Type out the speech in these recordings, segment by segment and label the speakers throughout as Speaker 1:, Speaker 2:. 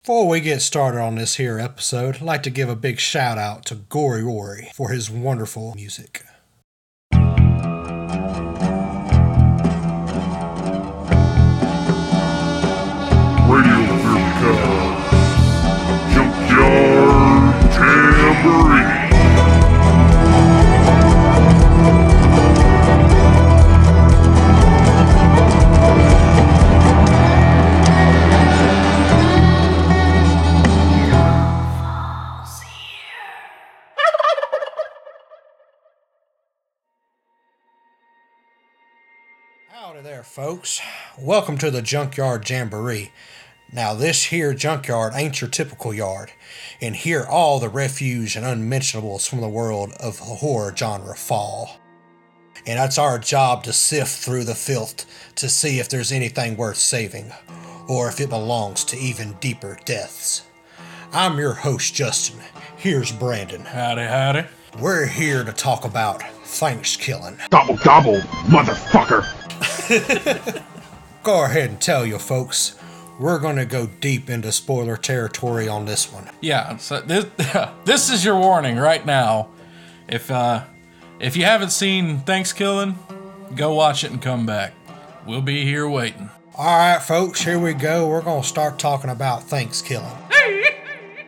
Speaker 1: Before we get started on this here episode, I'd like to give a big shout out to Gory Rory for his wonderful music.
Speaker 2: Radio Firmica. Junkyard Tambourine.
Speaker 1: Howdy there, folks. Welcome to the Junkyard Jamboree. Now, this here junkyard ain't your typical yard, and here all the refuge and unmentionables from the world of the horror genre fall. And it's our job to sift through the filth to see if there's anything worth saving, or if it belongs to even deeper depths. I'm your host, Justin. Here's Brandon.
Speaker 3: Howdy, howdy.
Speaker 1: We're here to talk about Thanksgiving.
Speaker 2: Double double, motherfucker.
Speaker 1: go ahead and tell you folks we're going to go deep into spoiler territory on this one
Speaker 3: Yeah, so this this is your warning right now. If uh if you haven't seen Thanksgiving, go watch it and come back. We'll be here waiting.
Speaker 1: all right folks here we go we're going to start talking about thanksgiving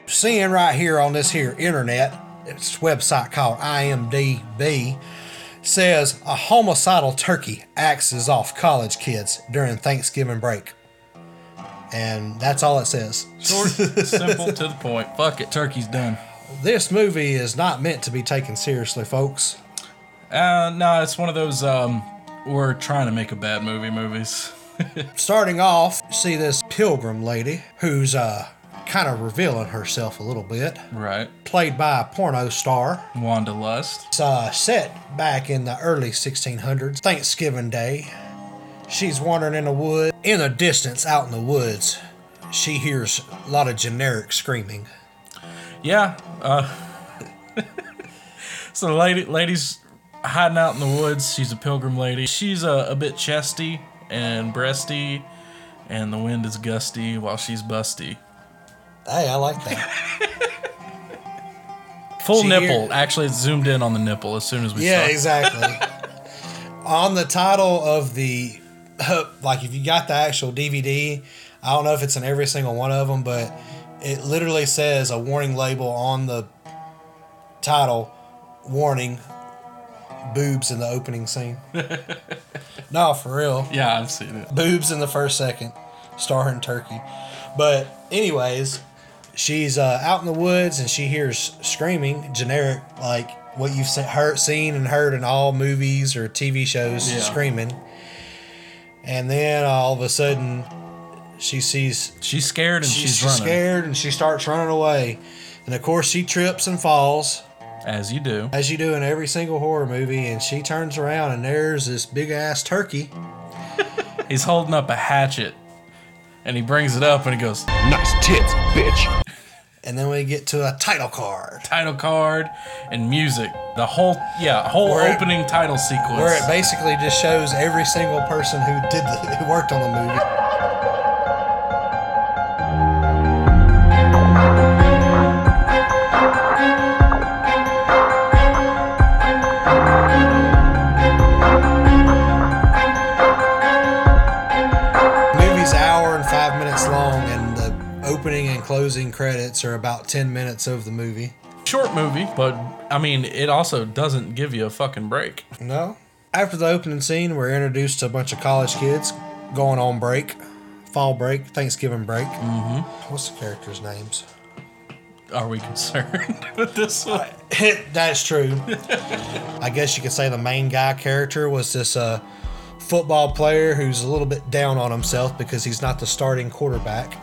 Speaker 1: seeing right here on this here internet it's a website called imdb says a homicidal turkey axes off college kids during thanksgiving break and that's all it says
Speaker 3: Short, simple, to the point. Fuck it, turkey's done.
Speaker 1: this movie is not meant to be taken seriously folks
Speaker 3: Uh, no, it's one of those um we're trying to make a bad movie movies.
Speaker 1: starting off, you see this pilgrim lady who's uh, kind of revealing herself a little bit,
Speaker 3: Right.
Speaker 1: played by a porno star.
Speaker 3: Wanda Lust.
Speaker 1: It's uh, set back in the early 1600s, Thanksgiving Day. She's wandering in the wood. In the distance, out in the woods, she hears a lot of generic screaming.
Speaker 3: Yeah. Uh So the lady lady's hiding out in the woods. She's a pilgrim lady. She's uh, a, a bit chesty and breasty and the wind is gusty while she's busty.
Speaker 1: Hey, I like that.
Speaker 3: Full
Speaker 1: She
Speaker 3: nipple.
Speaker 1: hear-
Speaker 3: Actually, it's zoomed in on the nipple as soon as we
Speaker 1: yeah,
Speaker 3: saw.
Speaker 1: exactly. On the title of the, like, if you got the actual DVD, I don't know if it's in every single one of them, but it literally says a warning label on the title warning boobs in the opening scene. no, for real.
Speaker 3: Yeah, I've seen it.
Speaker 1: Boobs in the first second, starring Turkey. But, anyways, she's uh, out in the woods and she hears screaming, generic, like what you've se- heard, seen and heard in all movies or TV shows,
Speaker 3: Yeah.
Speaker 1: screaming. And then uh, all of a sudden, she sees
Speaker 3: She's scared and
Speaker 1: she's,
Speaker 3: she's, running,
Speaker 1: scared and she starts running away. And of course, she trips and falls,
Speaker 3: as you do.
Speaker 1: as you do in every single horror movie. And she turns around and there's this big ass turkey.
Speaker 3: He's holding up a hatchet, and he brings it up and he goes
Speaker 2: Nice tits, bitch.
Speaker 1: And then we get to a title card.
Speaker 3: title card and music. The whole yeah whole
Speaker 1: Where it-
Speaker 3: opening title sequence.
Speaker 1: where it basically just shows every single person who did the, who worked on the movie. Movie's hour and five minutes long, and the opening and closing credits are about ten minutes of the movie.
Speaker 3: Short movie, but I mean it also doesn't give you a fucking break.
Speaker 1: No. After the opening scene, we're introduced to a bunch of college kids going on break, fall break, Thanksgiving break. Mm-hmm. What's the characters' names?
Speaker 3: Are we concerned with this one?
Speaker 1: That's true. I guess you could say the main guy character was this uh, football player who's a little bit down on himself because he's not the starting quarterback.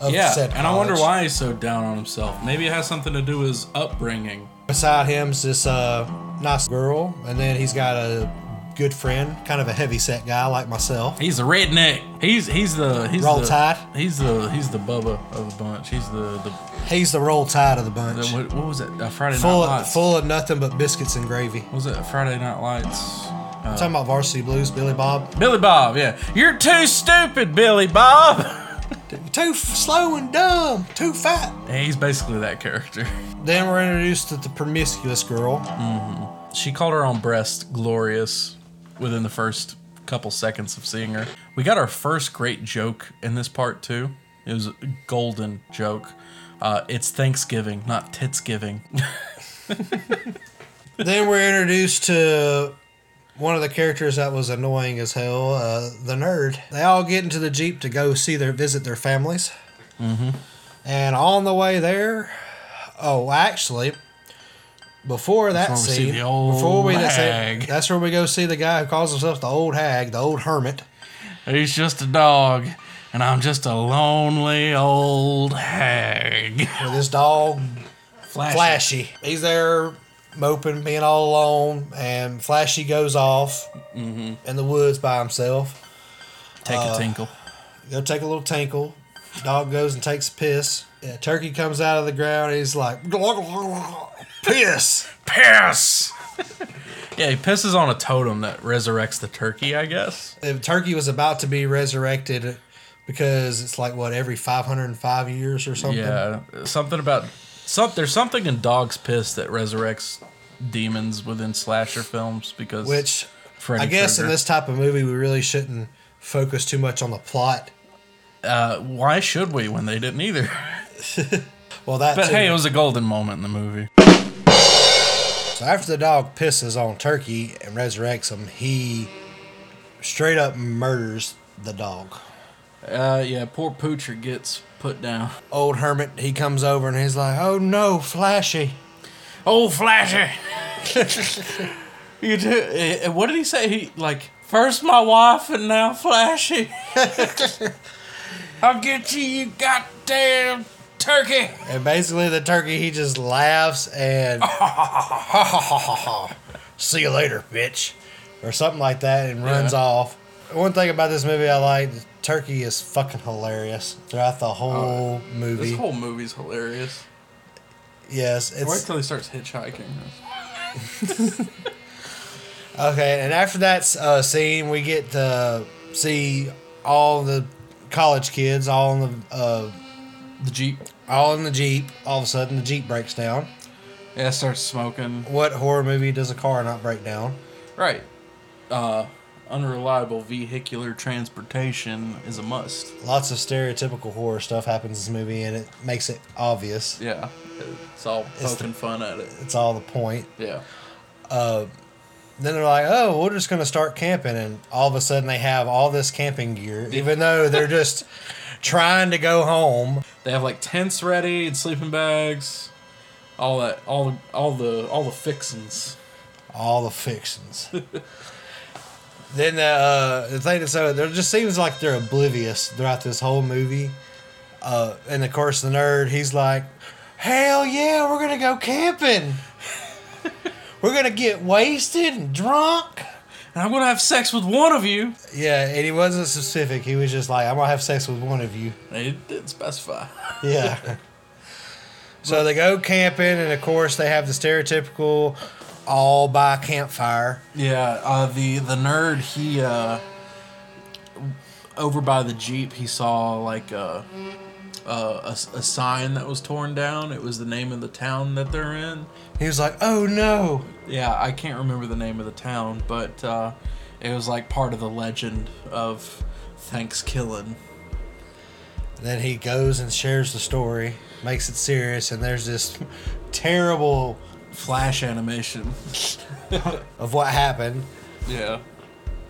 Speaker 1: Of
Speaker 3: Yeah,
Speaker 1: said
Speaker 3: and I wonder
Speaker 1: college.
Speaker 3: why he's so down on himself. Maybe it has something to do with his upbringing.
Speaker 1: Beside him's this uh, nice girl, and then he's got a good friend, kind of a heavy set guy like myself.
Speaker 3: He's a redneck. He's he's the he's
Speaker 1: Roll
Speaker 3: the,
Speaker 1: Tide.
Speaker 3: He's the he's the Bubba of the bunch. He's the the,
Speaker 1: He's the roll tide of the bunch.
Speaker 3: the what, what was that? Uh, Friday
Speaker 1: Full
Speaker 3: Night
Speaker 1: of,
Speaker 3: Lights.
Speaker 1: full of nothing but biscuits and gravy.
Speaker 3: What was it Friday Night Lights? Uh,
Speaker 1: Talking about Varsity Blues, Billy Bob.
Speaker 3: Billy Bob. Yeah, you're too stupid, Billy Bob.
Speaker 1: Too f- slow and dumb. Too fat.
Speaker 3: Hey, He's basically that character.
Speaker 1: Then we're introduced to the promiscuous girl.
Speaker 3: She called her own breast glorious within the first couple seconds of seeing her. We got our first great joke in this part, too. It was a golden joke. Uh, it's Thanksgiving, not Titsgiving.
Speaker 1: then we're introduced to one of the characters that was annoying as hell, uh, the nerd. They all get into the jeep to go see their visit their families. Mm-hmm. And on the way there, oh, actually, before that
Speaker 3: Before we see
Speaker 1: scene,
Speaker 3: the old
Speaker 1: before we that's,
Speaker 3: hag.
Speaker 1: it, that's where we go see the guy who calls himself the old hag, the old hermit.
Speaker 3: He's just a dog, and I'm just a lonely old hag.
Speaker 1: with his dog
Speaker 3: Flash.
Speaker 1: Flashy. He's there moping, being all alone, and Flashy goes off
Speaker 3: Mm-hmm.
Speaker 1: in the woods by himself.
Speaker 3: Take a tinkle.
Speaker 1: Go take a little tinkle. Dog goes and takes a piss. Yeah, turkey comes out of the ground. he's like, piss.
Speaker 3: Piss! yeah, he pisses on a totem that resurrects the turkey, I guess.
Speaker 1: The turkey was about to be resurrected because it's like what every 505 years or something.
Speaker 3: Yeah, something about some. There's something in dog's piss that resurrects demons within slasher films because
Speaker 1: Which
Speaker 3: Freddy
Speaker 1: I guess in
Speaker 3: Krueger.
Speaker 1: this type of movie we really shouldn't focus too much on the plot.
Speaker 3: uh, why should we when they didn't either?
Speaker 1: Well, that
Speaker 3: But
Speaker 1: too.
Speaker 3: hey, it was a golden moment in the movie.
Speaker 1: So after the dog pisses on Turkey and resurrects him, he straight up murders the dog.
Speaker 3: Uh, yeah, poor Poocher gets put down.
Speaker 1: Old hermit, he comes over and he's like, "Oh no, Flashy!"
Speaker 3: Oh, Flasher! you do. eh, What did he say? He like first my wife and now Flashy. I'll get you, you goddamn turkey.
Speaker 1: And basically, the turkey he just laughs and see you later, bitch, or something like that, and runs
Speaker 3: Yeah.
Speaker 1: off. One thing about this movie I like: the turkey is fucking hilarious throughout the whole movie.
Speaker 4: Oh, This whole movie's hilarious.
Speaker 1: yes, it's
Speaker 4: Wait till he starts hitchhiking.
Speaker 1: Okay, and after that uh, scene, we get to see all the college kids, all in the uh,
Speaker 4: The Jeep.
Speaker 1: all in the jeep. All of a sudden, the jeep breaks down.
Speaker 4: Yeah, it starts smoking.
Speaker 1: What horror movie does a car not break down?
Speaker 4: Right. Uh, unreliable vehicular transportation is a must.
Speaker 1: Lots of stereotypical horror stuff happens in this movie, and it makes it obvious.
Speaker 4: Yeah. It's all
Speaker 1: It's
Speaker 4: poking fun at it.
Speaker 1: It's all the point.
Speaker 4: Yeah.
Speaker 1: Then they're like, "Oh, we're just gonna start camping," and all of a sudden, they have all this camping gear, even though they're just trying to go home.
Speaker 4: They have like tents ready and sleeping bags, all that, all all the all the fixins.
Speaker 1: all the fixings. then the, uh, the thing that's so there just seems like they're oblivious throughout this whole movie. Uh, and of course, the nerd he's like, "Hell yeah, we're gonna go camping. we're gonna get wasted and drunk."
Speaker 4: And I'm gonna have sex with one of you.
Speaker 1: Yeah, and he wasn't specific. He was just like, "I'm gonna have sex with one of you."
Speaker 4: They didn't specify.
Speaker 1: Yeah. so they go camping, and of course, they have the stereotypical all by campfire.
Speaker 4: Yeah, uh, the the nerd he uh, over by the jeep he saw like a, a, a s- a sign that was torn down. It was the name of the town that they're in.
Speaker 1: He was like, "Oh no."
Speaker 4: Yeah, I can't remember the name of the town, but uh, it was like part of the legend of Thanksgiving.
Speaker 1: Then he goes and shares the story, makes it serious, and there's this terrible
Speaker 4: Flash animation.
Speaker 1: of what happened.
Speaker 4: Yeah.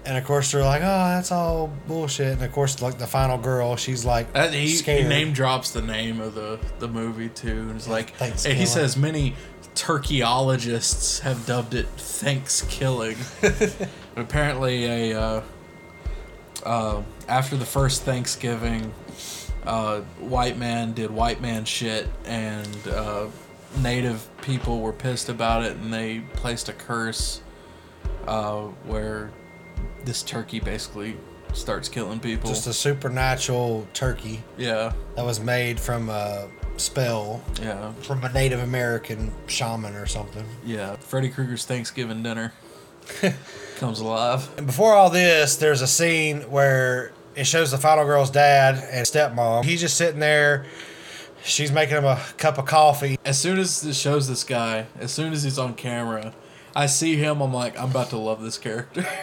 Speaker 1: And of course they're like, "Oh, that's all bullshit." And of course, like the final girl, she's like
Speaker 4: That, Uh, he, he
Speaker 1: scared.
Speaker 4: name drops the name of the, the movie too, and it's like,
Speaker 1: Thanks
Speaker 4: and he
Speaker 1: Killing.
Speaker 4: says many turkeyologists have dubbed it "Thanks Killing." apparently, a uh, uh, after the first Thanksgiving, uh, white man did white man shit, and uh, native people were pissed about it, and they placed a curse uh, where this turkey basically starts killing people.
Speaker 1: just a supernatural turkey
Speaker 4: yeah,
Speaker 1: that was made from a spell
Speaker 4: yeah.
Speaker 1: from a Native American shaman or something.
Speaker 4: Yeah, Freddy Krueger's Thanksgiving dinner comes alive.
Speaker 1: And before all this, there's a scene where It shows the final girl's dad and stepmom. He's just sitting there. She's making him a cup of coffee.
Speaker 3: As soon as it shows this guy, as soon as he's on camera, I see him. I'm like, I'm about to love this character.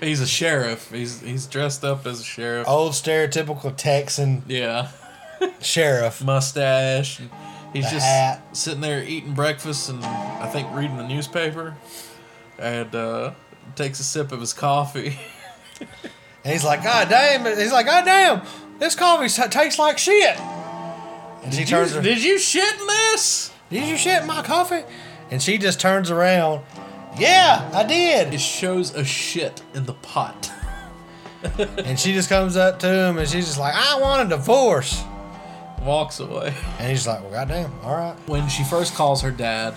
Speaker 3: he's a sheriff. He's he's dressed up as a sheriff.
Speaker 1: Old stereotypical Texan
Speaker 3: Yeah,
Speaker 1: sheriff.
Speaker 3: mustache. He's
Speaker 1: The
Speaker 3: just
Speaker 1: hat.
Speaker 3: sitting there eating breakfast and I think reading the newspaper, and uh, takes a sip of his coffee.
Speaker 1: And he's like, God damn. it." He's like, God damn. This coffee t- tastes like shit. And she turns her,
Speaker 3: Did you shit in this?
Speaker 1: Did you shit in my coffee? And she just turns around. Yeah, I
Speaker 3: It
Speaker 1: did.
Speaker 3: shows a shit in the pot.
Speaker 1: And she just comes up to him and she's just like, I want a divorce.
Speaker 3: Walks away.
Speaker 1: And he's like, Well, goddamn, all right.
Speaker 3: When she first calls her dad,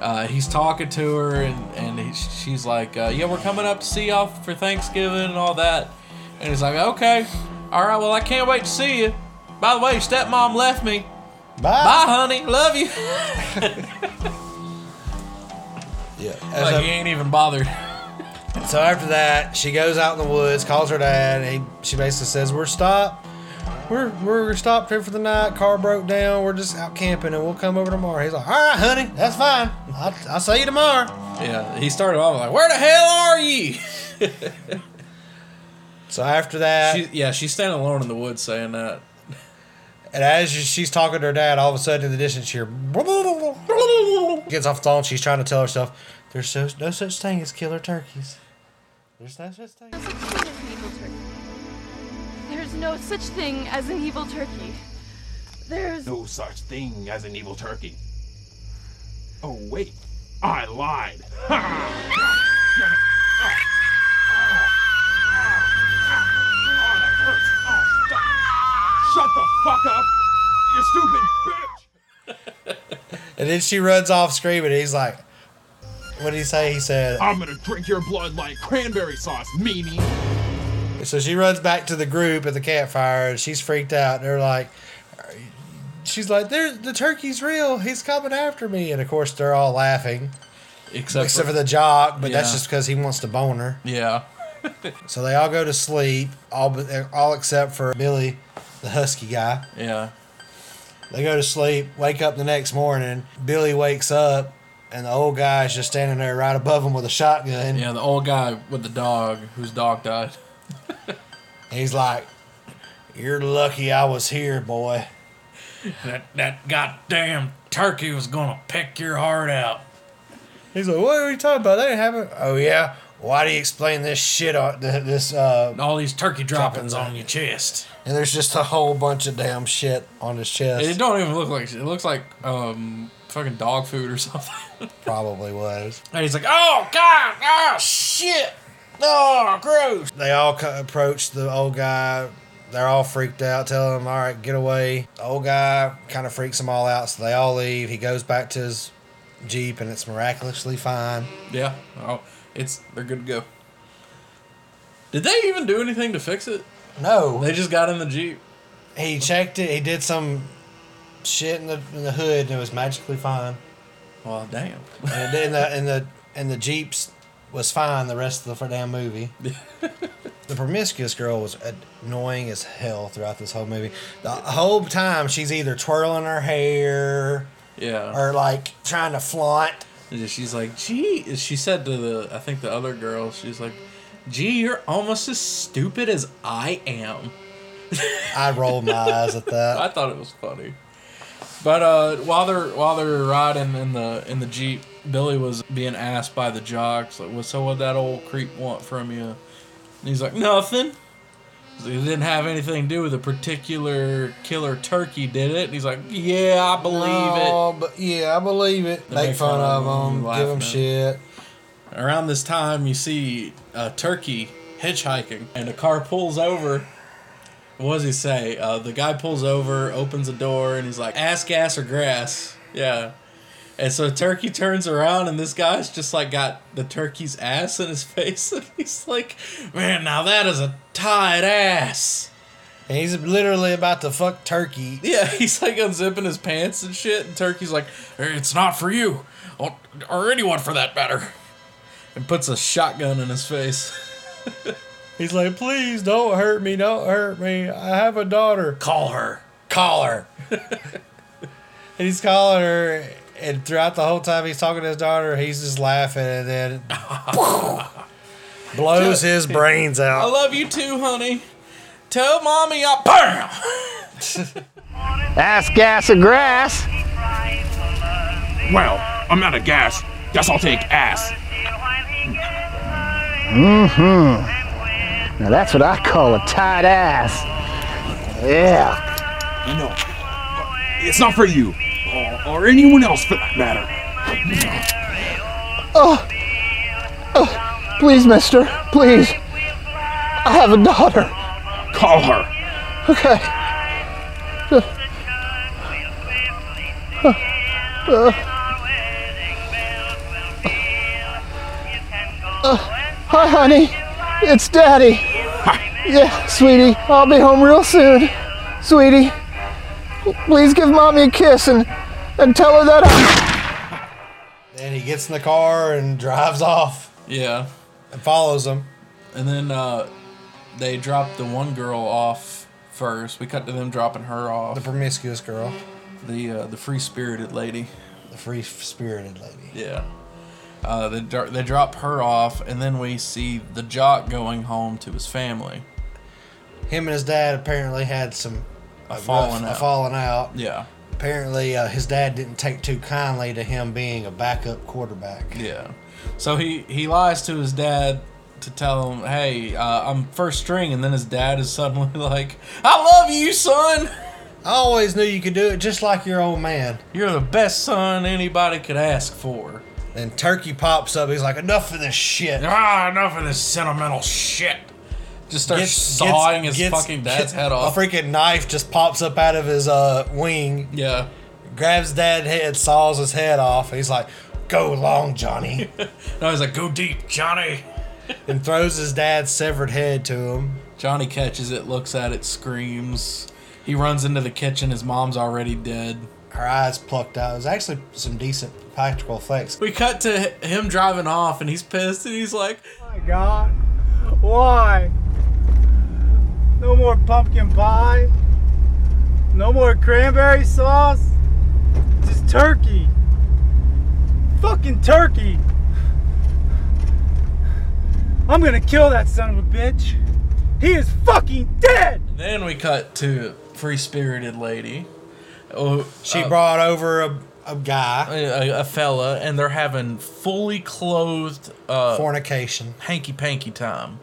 Speaker 3: uh, he's talking to her and, and he, she's like, uh, Yeah, we're coming up to see y'all for Thanksgiving and all that. And he's like, Okay, all right, well, I can't wait to see you. By the way, your stepmom left me. Bye, honey. Love you.
Speaker 1: Yeah.
Speaker 3: Like, he ain't even bothered.
Speaker 1: So after that, she goes out in the woods, calls her dad. And he, she basically says, "We're stopped. We're we're stopped here for the night. Car broke down. We're just out camping, and we'll come over tomorrow." He's like, "All right, honey, that's fine. I'll, I'll see you tomorrow."
Speaker 3: Yeah, he started off like, Where the hell are you?
Speaker 1: So after that,
Speaker 3: She, yeah, she's standing alone in the woods saying that.
Speaker 1: and as she's talking to her dad, all of a sudden in the distance, she hear, gets off the phone. She's trying to tell herself, "There's so, no such thing as killer turkeys. There's no such thing."
Speaker 5: There's such thing as an evil turkey. There's no such thing as an evil turkey. There's
Speaker 6: No such thing as an evil turkey. Oh, wait. I lied. Shut the fuck up, you stupid bitch!
Speaker 1: And then she runs off screaming. He's like, "What did he say?" He said,
Speaker 6: I'm gonna drink your blood like cranberry sauce, meanie.
Speaker 1: So she runs back to the group at the campfire and she's freaked out. They're like, she's like, there, the turkey's real. He's coming after me. And of course, they're all laughing,
Speaker 3: Except,
Speaker 1: except for the jock, but that's
Speaker 3: Yeah.
Speaker 1: just because he wants to bone her.
Speaker 3: Yeah.
Speaker 1: So they all go to sleep, all, but all except for Billy, the husky guy.
Speaker 3: Yeah.
Speaker 1: They go to sleep, wake up the next morning. Billy wakes up, and the old guy is just standing there right above him with a shotgun.
Speaker 3: Yeah, the old guy with the dog whose dog died.
Speaker 1: And he's like, You're lucky I was here, boy.
Speaker 3: That that goddamn turkey was gonna pick your heart out.
Speaker 1: He's like, what are you talking about? That ain't happened. Oh yeah. Why do you explain this shit on th- this? Uh,
Speaker 3: All these turkey droppings
Speaker 1: Droppings.
Speaker 3: on your chest.
Speaker 1: and there's just a whole bunch of damn shit on his
Speaker 3: It
Speaker 1: chest.
Speaker 3: don't even look like shit. It looks like um fucking dog food or something.
Speaker 1: Probably was.
Speaker 3: and he's like, oh god, oh shit, oh gross.
Speaker 1: They all co- approach the old guy. They're all freaked out, telling him, "All right, get away." The old guy kind of freaks them all out, so they all leave. He goes back to his jeep, and it's miraculously fine.
Speaker 3: Yeah, oh, it's they're good to go. Did they even do anything to fix it?
Speaker 1: No,
Speaker 3: They just got in the jeep.
Speaker 1: he checked it. He did some shit in the in the hood, and it was magically fine.
Speaker 3: Well, damn.
Speaker 1: and then the and the and the jeeps was fine the rest of the damn movie. the promiscuous girl was annoying as hell throughout this whole movie. The whole time she's either twirling her hair
Speaker 3: Yeah.
Speaker 1: or like trying to flaunt.
Speaker 3: And she's like, gee, she said to the, I think the other girl, she's like, gee, you're almost as stupid as I am.
Speaker 1: I rolled my eyes at
Speaker 3: I
Speaker 1: that.
Speaker 3: thought it was funny. But uh, while they're while they're riding in the in the jeep, Billy was being asked by the jocks, like, well, so what that old creep want from you? And he's like, nothing. He's like, It didn't have anything to do with a particular killer turkey, did it? And he's like, yeah, I believe it.
Speaker 1: Oh, but yeah, I believe it.
Speaker 3: They
Speaker 1: Make
Speaker 3: make
Speaker 1: fun
Speaker 3: fun
Speaker 1: of
Speaker 3: of 'em,
Speaker 1: them,
Speaker 3: laugh
Speaker 1: give them
Speaker 3: at 'em.
Speaker 1: shit.
Speaker 3: Around this time, you see a turkey hitchhiking, and a car pulls over. What does he say? Uh, the guy pulls over, opens a door, and he's like, ass, gas, or grass. Yeah. And so turkey turns around, and this guy's just like got the turkey's ass in his face, and he's like, man, now that is a tight ass.
Speaker 1: And he's literally about to fuck turkey.
Speaker 3: Yeah, he's like unzipping his pants and shit, and Turkey's like, "Hey, "It's not for you, or, or anyone for that matter," and puts a shotgun in his face.
Speaker 1: He's like, please don't hurt me, don't hurt me. I have a daughter.
Speaker 7: Call her.
Speaker 1: Call her. and he's calling her, and throughout the whole time he's talking to his daughter, he's just laughing, and then blows his brains
Speaker 7: I
Speaker 1: out.
Speaker 7: love you too, honey. Tell mommy I bam.
Speaker 8: That's gas and grass.
Speaker 6: Well, I'm out of gas. Guess I'll take ass.
Speaker 8: Mm-hmm. Now that's what I call a tight ass. Yeah.
Speaker 6: I know. It's not for you, or, or anyone else for that matter.
Speaker 8: Oh. Please, mister. Oh. Please. I have a daughter.
Speaker 6: Call her.
Speaker 8: Okay. Hi, honey. It's daddy. Yeah, sweetie. I'll be home real soon. Sweetie, please give mommy a kiss and, and tell her that I.
Speaker 1: And he gets in the car and drives off
Speaker 3: Yeah.
Speaker 1: and follows him.
Speaker 3: And then uh, they dropped the one girl off first. We cut to them dropping her
Speaker 1: The
Speaker 3: off.
Speaker 1: promiscuous girl,
Speaker 3: The uh, the free spirited lady.
Speaker 1: the free spirited lady.
Speaker 3: Yeah. Uh, they dro- they drop her off, and then we see the jock going home to his family.
Speaker 1: Him and his dad apparently had some
Speaker 3: A falling
Speaker 1: a
Speaker 3: out.
Speaker 1: falling out.
Speaker 3: yeah.
Speaker 1: Apparently, uh, his dad didn't take too kindly to him being a backup quarterback.
Speaker 3: Yeah. So he he lies to his dad to tell him, "Hey, uh, I'm first string," and then his dad is suddenly like, "I love you, son.
Speaker 1: I always knew you could do it just like your old man.
Speaker 3: You're the best son anybody could ask for."
Speaker 1: Then Turkey pops up. He's like, enough of this shit.
Speaker 3: Ah, enough of this sentimental shit. Just starts sawing his fucking dad's
Speaker 1: gets-
Speaker 3: head off.
Speaker 1: A freaking knife just pops up out of his uh, wing,
Speaker 3: yeah.
Speaker 1: grabs dad's head, saws his head off. He's like, go long, Johnny.
Speaker 3: No, he's like, "Go deep, Johnny."
Speaker 1: and throws his dad's severed head to him.
Speaker 3: Johnny catches it, looks at it, screams. He runs into the kitchen. His mom's already dead.
Speaker 1: Her eyes plucked out. It was actually some decent practical effects.
Speaker 3: We cut to h- him driving off, and he's pissed, and he's like,
Speaker 9: my god. Why? No more pumpkin pie. No more cranberry sauce. Just turkey. Fucking turkey. I'm gonna kill that son of a bitch. He is fucking dead!
Speaker 3: Then we cut to free spirited lady, oh,
Speaker 1: She brought over a, a
Speaker 3: a,
Speaker 1: guy,
Speaker 3: a, a fella, and they're having fully clothed uh,
Speaker 1: fornication,
Speaker 3: hanky panky time.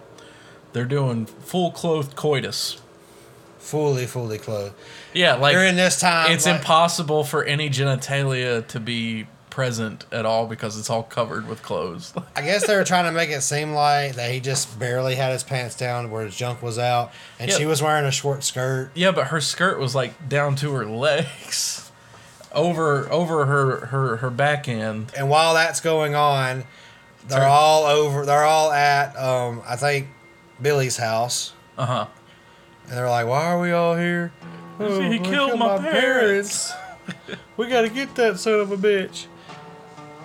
Speaker 3: They're doing full clothed coitus.
Speaker 1: fully, fully clothed.
Speaker 3: Yeah, like
Speaker 1: During this time,
Speaker 3: it's
Speaker 1: like,
Speaker 3: impossible for any genitalia to be present at all because it's all covered with clothes.
Speaker 1: I guess they were trying to make it seem like that he just barely had his pants down where his junk was out, and
Speaker 3: Yeah.
Speaker 1: she was wearing a short skirt.
Speaker 3: yeah, but her skirt was like down to her legs, over over her her her back end.
Speaker 1: And while that's going on, they're
Speaker 3: Sorry.
Speaker 1: all over. They're all at, um, I think, Billy's house,
Speaker 3: Uh huh.
Speaker 1: and they're like, "Why are we all here? Oh,
Speaker 3: He
Speaker 1: we
Speaker 3: killed my, parents.
Speaker 1: We gotta get that son of a bitch."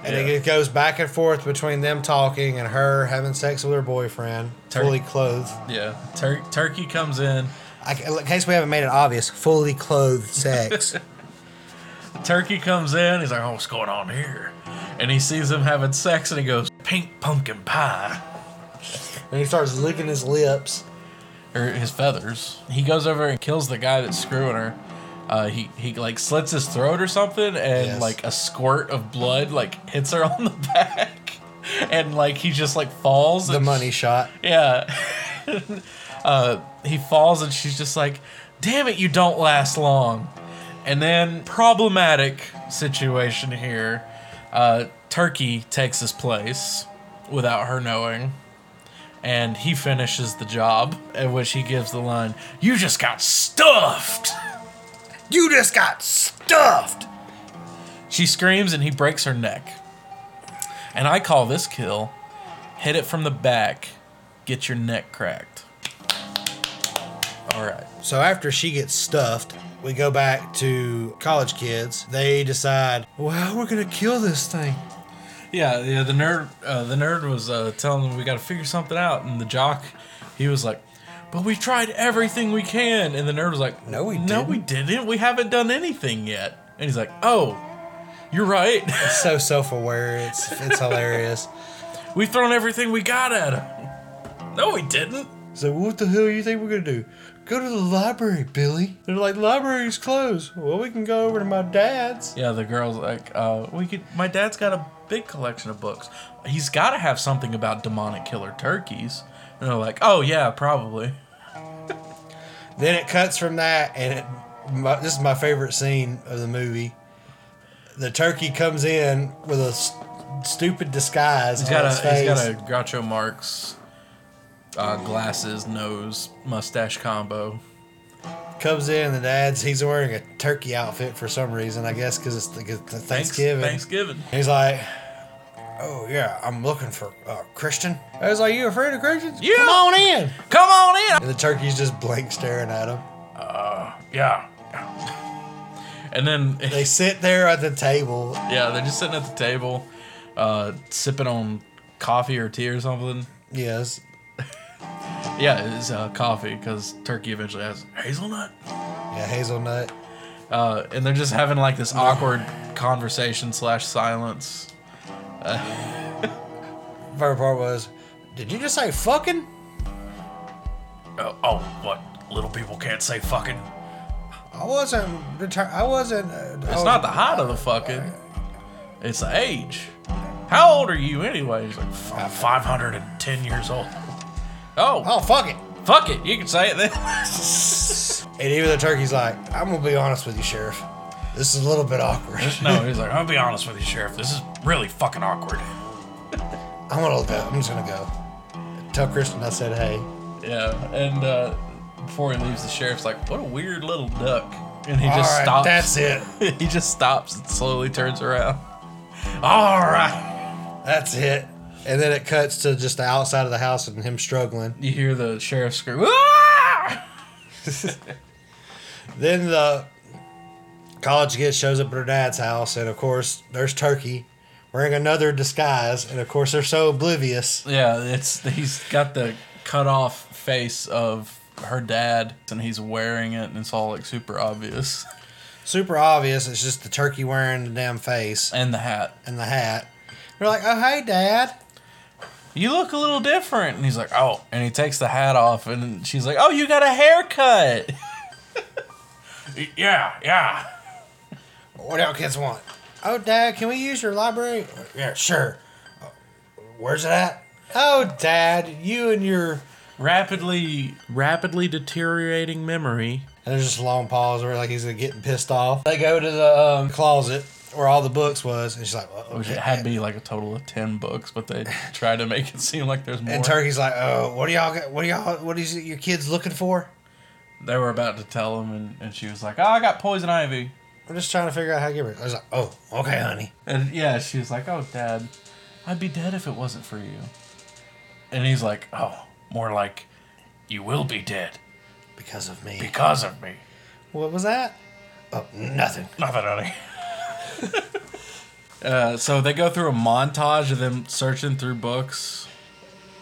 Speaker 1: And
Speaker 3: Yeah.
Speaker 1: it goes back and forth between them talking and her having sex with her boyfriend,
Speaker 3: Turn-
Speaker 1: fully clothed.
Speaker 3: Yeah, Tur- Turkey comes in.
Speaker 1: I, in case we haven't made it obvious, fully clothed sex.
Speaker 3: Turkey comes in. He's like, "Oh, what's going on here?" And he sees them having sex, and he goes, "Pink pumpkin pie."
Speaker 1: and he starts licking his lips.
Speaker 3: or his feathers. He goes over and kills the guy that's screwing her. Uh, he he like slits his throat or something, and
Speaker 1: Yes.
Speaker 3: like a squirt of blood like hits her on the back, and like he just like falls.
Speaker 1: The
Speaker 3: and
Speaker 1: money shot.
Speaker 3: yeah. uh, he falls, and she's just like, "Damn it, you don't last long." And then problematic situation here. Uh, Turkey takes his place without her knowing, and he finishes the job. At which he gives the line, "You just got stuffed."
Speaker 1: You just got stuffed.
Speaker 3: She screams, and he breaks her neck. And I call this kill: hit it from the back, get your neck cracked. All right.
Speaker 1: So after she gets stuffed, we go back to college kids. They decide, well, we're gonna kill this thing.
Speaker 3: Yeah, yeah. The nerd, uh, the nerd was uh, telling them we got to figure something out, and the jock He was like, "But we tried everything we can," and the nerd was like,
Speaker 1: No, we
Speaker 3: no, we didn't. We haven't done anything yet." And he's like, "Oh, you're right.
Speaker 1: So self aware. It's it's hilarious.
Speaker 3: We've thrown everything we got at him. No, we didn't."
Speaker 1: So what the hell you think we're gonna do? Go to the library, Billy. They're like, library's closed. Well, we can go over to my dad's.
Speaker 3: Yeah, the girl's like, uh, "We could." My dad's got a big collection of books. He's got to have something about demonic killer turkeys. And they're like, "Oh yeah, probably."
Speaker 1: Then it cuts from that, and it. My, this is my favorite scene of the movie. The turkey comes in with a s- stupid disguise
Speaker 3: He's
Speaker 1: on
Speaker 3: got a
Speaker 1: Oh, his face.
Speaker 3: he's got a Groucho Marx uh, glasses, nose, mustache combo.
Speaker 1: comes in, the dad's he's wearing a turkey outfit for some reason. I guess because it's the, the
Speaker 3: Thanks-
Speaker 1: Thanksgiving.
Speaker 3: Thanksgiving.
Speaker 1: And He's like, "Oh yeah, I'm looking for uh, Christian." I was like, "You afraid of Christians?
Speaker 3: Yeah.
Speaker 1: Come on in."
Speaker 3: Come on
Speaker 1: And the turkey's just blank staring at him.
Speaker 3: in. Yeah. And then
Speaker 1: They sit there at the table.
Speaker 3: yeah, they're just sitting at the table, uh, sipping on coffee or tea or something.
Speaker 1: Yes,
Speaker 3: Yeah, it's uh, coffee because turkey eventually has hazelnut.
Speaker 1: yeah, hazelnut.
Speaker 3: Uh, and they're just having like this awkward conversation slash silence.
Speaker 1: Favorite part was, did you just say fucking?
Speaker 3: Oh, oh, what? Little people can't say fucking.
Speaker 1: I wasn't. Retur- I wasn't. Uh, I
Speaker 3: It's
Speaker 1: was-
Speaker 3: not the height of the fucking. It's the age. How old are you anyway? He's like, "F- 510 years old. Oh,
Speaker 1: Oh fuck it.
Speaker 3: fuck it. You can say it then.
Speaker 1: And even the turkey's like, "I'm gonna be honest with you, sheriff. This is a little bit awkward.
Speaker 3: no, he's like, I'll be honest with you, Sheriff. This is really fucking awkward.
Speaker 1: I'm gonna go. I'm just gonna go." Tell Christian I said, "Hey."
Speaker 3: Yeah, and uh, before he leaves, the sheriff's like, what a weird little duck. And he
Speaker 1: All
Speaker 3: just
Speaker 1: right,
Speaker 3: stops.
Speaker 1: That's it.
Speaker 3: he just stops and slowly turns around. All right.
Speaker 1: That's it. And then it cuts to just the outside of the house and him struggling.
Speaker 3: You hear the sheriff scream, "Ah!"
Speaker 1: Then the college kid shows up at her dad's house, and of course, there's Turkey wearing another disguise. And of course, they're so oblivious.
Speaker 3: Yeah, it's he's got the cut off face of her dad, and he's wearing it, and it's all like super obvious,
Speaker 1: Super obvious. It's just the turkey wearing the damn face
Speaker 3: and the hat.
Speaker 1: and the hat. They're like, oh, hey, dad.
Speaker 3: You look a little different, and he's like, oh, and he takes the hat off, and she's like, oh, you got a haircut. yeah, yeah.
Speaker 1: What do y'all kids want? Oh, dad, can we use your library? Yeah, sure. "Uh, Where's it at? Oh, dad, you and your.
Speaker 3: Rapidly, rapidly deteriorating memory.
Speaker 1: And there's just a long pause where like he's like, getting pissed off. They go to the um, closet where all the books was, and she's like, "Well,
Speaker 3: Which it had to be like a total of ten books, but they try to make it seem like there's more.
Speaker 1: And Turkey's like, "Oh, what do y'all got? What do y'all? What is it your kids looking for?"
Speaker 3: they were about to tell him, and, and she was like, oh, I got poison ivy.
Speaker 1: I'm just trying to figure out how to get rid. I was like, "Oh, okay, honey."
Speaker 3: And yeah, she was like, "Oh, Dad, I'd be dead if it wasn't for you." And he's like, "Oh, more like, you will be dead
Speaker 1: Because of me.
Speaker 3: because of me."
Speaker 1: What was that? Oh, nothing.
Speaker 3: Nothing, honey. uh, so they go through a montage of them searching through books.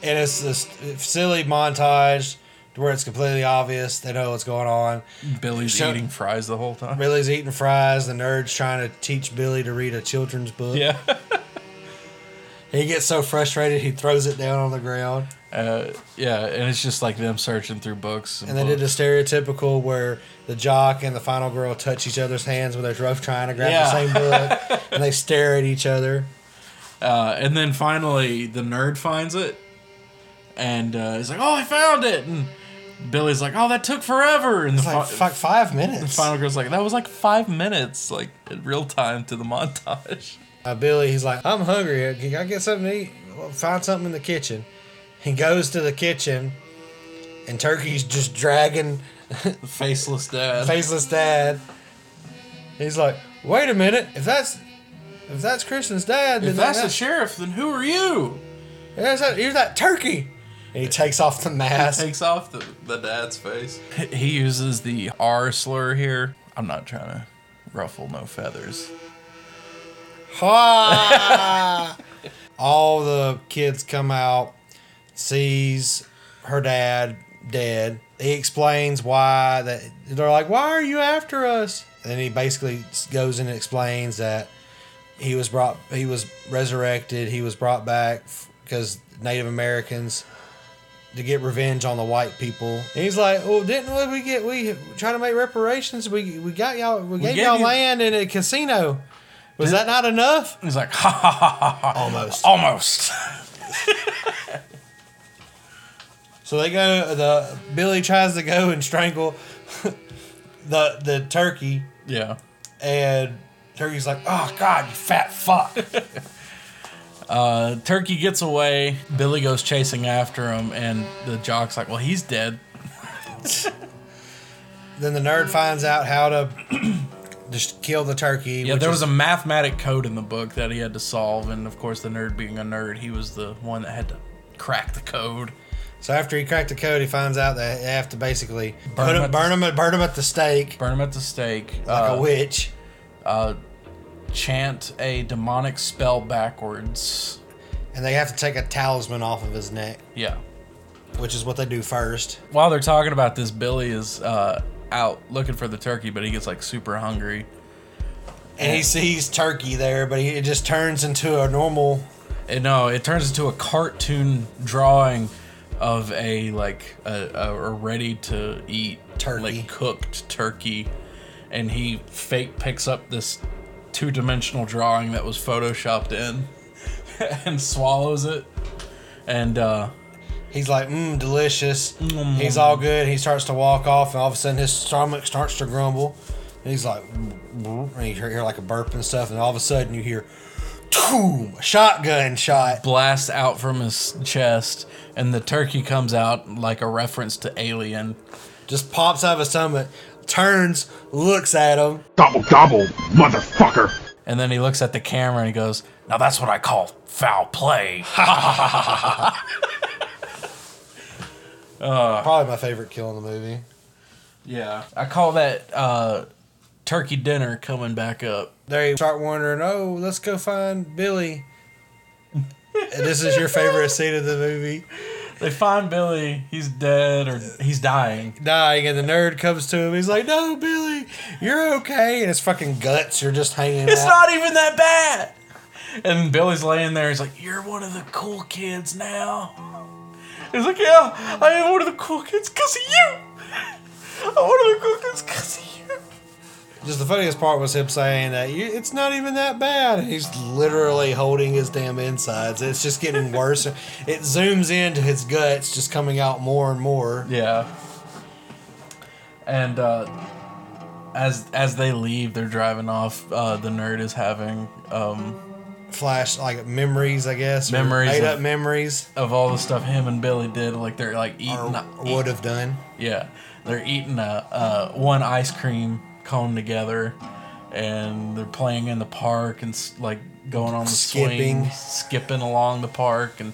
Speaker 1: And it's this silly montage to where it's completely obvious they know what's going on.
Speaker 3: Billy's
Speaker 1: So-
Speaker 3: eating fries the whole time.
Speaker 1: Billy's eating fries. The nerd's trying to teach Billy to read a children's book.
Speaker 3: Yeah.
Speaker 1: He gets so frustrated he throws it down on the ground.
Speaker 3: Uh, yeah, and it's just like them searching through books. And,
Speaker 1: And they did the
Speaker 3: books.
Speaker 1: stereotypical where the jock and the final girl touch each other's hands when they're both trying to grab
Speaker 3: Yeah.
Speaker 1: the same book, and they stare at each other.
Speaker 3: Uh, and then finally, the nerd finds it, and uh, he's like, "Oh, I found it!" And Billy's like, "Oh, that took forever!" And the
Speaker 1: It's like
Speaker 3: fi-
Speaker 1: fuck five minutes.
Speaker 3: Final Girl's like, that was like five minutes, like in real time to the montage.
Speaker 1: Uh, Billy, he's like, I'm hungry. Can I get something to eat? Well, Find something in the kitchen. He goes to the kitchen, and Turkey's just dragging
Speaker 3: The faceless dad.
Speaker 1: faceless dad. He's like, Wait a minute. If that's if that's Christian's dad, then
Speaker 3: if that's the
Speaker 1: that-
Speaker 3: sheriff, then who are you?
Speaker 1: there's that, here's that turkey. And he takes off the mask.
Speaker 3: Takes off the, the dad's face. He uses the R slur here. I'm not trying to ruffle no feathers.
Speaker 1: Ha! All the kids come out, sees her dad dead. He explains why that they're like, "Why are you after us?" And he basically goes in and explains that he was brought, he was resurrected, he was brought back because Native Americans to get revenge on the white people. And he's like, "Well, didn't we get we try to make reparations? We we got y'all, we gave,
Speaker 3: gave
Speaker 1: y'all
Speaker 3: you-
Speaker 1: land in a casino. Was that not enough?"
Speaker 3: He's like, ha ha ha ha, ha.
Speaker 1: Almost.
Speaker 3: Almost.
Speaker 1: So they go. The Billy tries to go and strangle the the turkey,
Speaker 3: yeah.
Speaker 1: and turkey's like, "Oh God, you fat fuck!"
Speaker 3: Uh, Turkey gets away. Billy goes chasing after him, and the jock's like, well, he's dead.
Speaker 1: then the nerd finds out how to just kill the turkey.
Speaker 3: Yeah,
Speaker 1: which
Speaker 3: there
Speaker 1: is-
Speaker 3: was a mathematic code in the book that he had to solve, and of course, the nerd being a nerd, he was the one that had to crack the code.
Speaker 1: So after he cracked the code, he finds out that they have to basically
Speaker 3: Burn
Speaker 1: burn
Speaker 3: him
Speaker 1: him, burn
Speaker 3: at
Speaker 1: him, burn him at the stake
Speaker 3: Burn him at the stake.
Speaker 1: like
Speaker 3: uh,
Speaker 1: a witch.
Speaker 3: chant a demonic spell backwards.
Speaker 1: And they have to take a talisman off of his neck,
Speaker 3: Yeah.
Speaker 1: which is what they do first.
Speaker 3: While they're talking about this, Billy is uh, out looking for the turkey, but he gets like super hungry.
Speaker 1: And he sees Turkey there, but he, it just turns into a normal
Speaker 3: And no, it turns into a cartoon drawing of a like a, a, a ready to eat
Speaker 1: Turkey.
Speaker 3: like cooked turkey, and he fake picks up this two dimensional drawing that was photoshopped in, and swallows it, and uh,
Speaker 1: He's like, mmm, delicious. He's all good. He starts to walk off, and all of a sudden his stomach starts to grumble. And he's like, "Mm-mm," and you hear, hear like a burp and stuff, and all of a sudden you hear, "Toom," a shotgun shot.
Speaker 3: blasts out from his chest, and the turkey comes out like a reference to Alien.
Speaker 1: Just pops out of his stomach, turns, looks at him.
Speaker 2: Gobble gobble, motherfucker.
Speaker 3: And then he looks at the camera and he goes, Now that's what I call foul play.
Speaker 1: Probably my favorite kill in the movie.
Speaker 3: Yeah. I call that uh, turkey dinner coming back up.
Speaker 1: They start wondering, oh, let's go find Billy. And this is your favorite scene of the movie.
Speaker 3: They find Billy, he's dead or he's dying.
Speaker 1: Dying, and the nerd comes to him. He's like, no, Billy, you're okay. And his fucking guts are just hanging
Speaker 3: It's
Speaker 1: out.
Speaker 3: not even that bad. And Billy's laying there, he's like, You're one of the cool kids now. He's like, Yeah, I am one of the cool kids because of you. I'm one of the cool kids because of you.
Speaker 1: Just the funniest part was him saying that you, it's not even that bad. And he's literally holding his damn insides. It's just getting worse. it zooms into his guts, just coming out more and more.
Speaker 3: Yeah. And uh, as as they leave, they're driving off. Uh, the nerd is having um,
Speaker 1: Flash like memories, I guess. or
Speaker 3: Memories
Speaker 1: made
Speaker 3: of-
Speaker 1: up memories,
Speaker 3: of all the stuff him and Billy did. Like they're like eating,
Speaker 1: or
Speaker 3: eat-
Speaker 1: would have done.
Speaker 3: yeah, they're eating a, uh one ice cream cone together, and they're playing in the park and s- like going on the
Speaker 1: Skipping.
Speaker 3: swings, skipping along the park and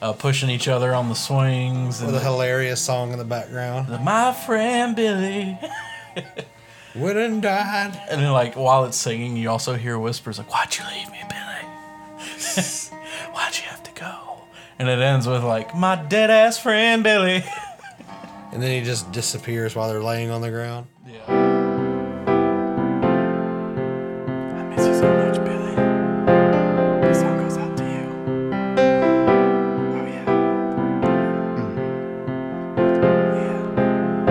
Speaker 3: uh, pushing each other on the swings. And
Speaker 1: With a hilarious song in the background.
Speaker 3: my friend Billy.
Speaker 1: Wouldn't died.
Speaker 3: And then, like, while it's singing, you also hear whispers like, Why'd you leave me, Billy? Why'd you have to go? And it ends with, like, My dead ass friend, Billy.
Speaker 1: And then he just disappears while they're laying on the ground.
Speaker 3: Yeah. I miss you so much, Billy. This song goes out to you. Oh, yeah. Yeah.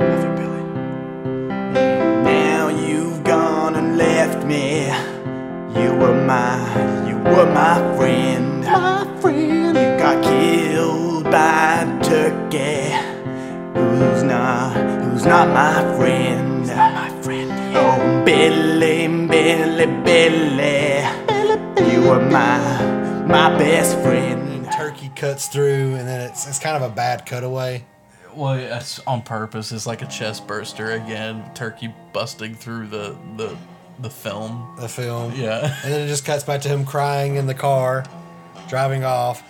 Speaker 3: Love you, Billy.
Speaker 9: Now you've gone and left me. You were my, you were my friend. My friend. You got killed by a turkey. Who's not, who's not my friend? my friend. Oh, Billy, Billy, Billy. You were my, my best friend.
Speaker 1: Turkey cuts through, and then it's, it's kind of a bad cutaway.
Speaker 3: Well, that's on purpose. It's like a chest burster again. Turkey busting through the the the film.
Speaker 1: The film.
Speaker 3: Yeah,
Speaker 1: And then it just cuts back to him crying in the car, driving off.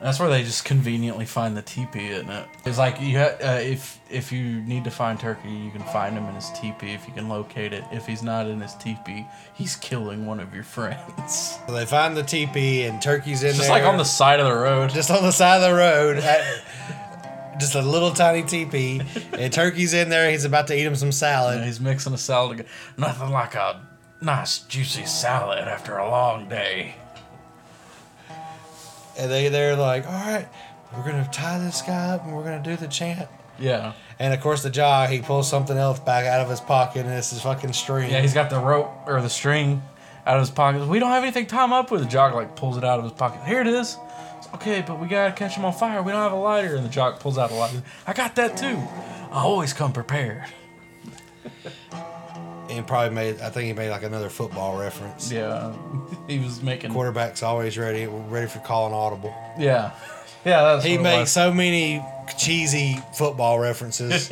Speaker 3: that's where they just conveniently find the teepee in it. It's like you ha- uh, if if you need to find Turkey, you can find him in his teepee if you can locate it. If he's not in his teepee, he's killing one of your friends.
Speaker 1: So they find the teepee and turkey's in
Speaker 3: Just
Speaker 1: there.
Speaker 3: like on the side of the road.
Speaker 1: just on the side of the road. At, just a little tiny teepee, and Turkey's in there. He's about to eat him some salad.
Speaker 3: And he's mixing a salad. ag- Nothing like a nice juicy salad after a long day.
Speaker 1: and they they're like, all right, we're gonna tie this guy up and we're gonna do the chant.
Speaker 3: Yeah.
Speaker 1: And of course, the jaw he pulls something else back out of his pocket, and it's his fucking string.
Speaker 3: Yeah, he's got the rope or the string out of his pocket. We don't have anything tied up with. The jock like pulls it out of his pocket. Here it is. It's, okay, but we gotta catch him on fire. We don't have a lighter. And the jock pulls out a lighter. I got that too. I always come prepared.
Speaker 1: and probably made I think he made like another football reference.
Speaker 3: Yeah, he was making.
Speaker 1: Quarterback's always ready, ready for calling audible.
Speaker 3: Yeah, yeah, that's
Speaker 1: He
Speaker 3: what it
Speaker 1: makes
Speaker 3: was.
Speaker 1: so many cheesy football references,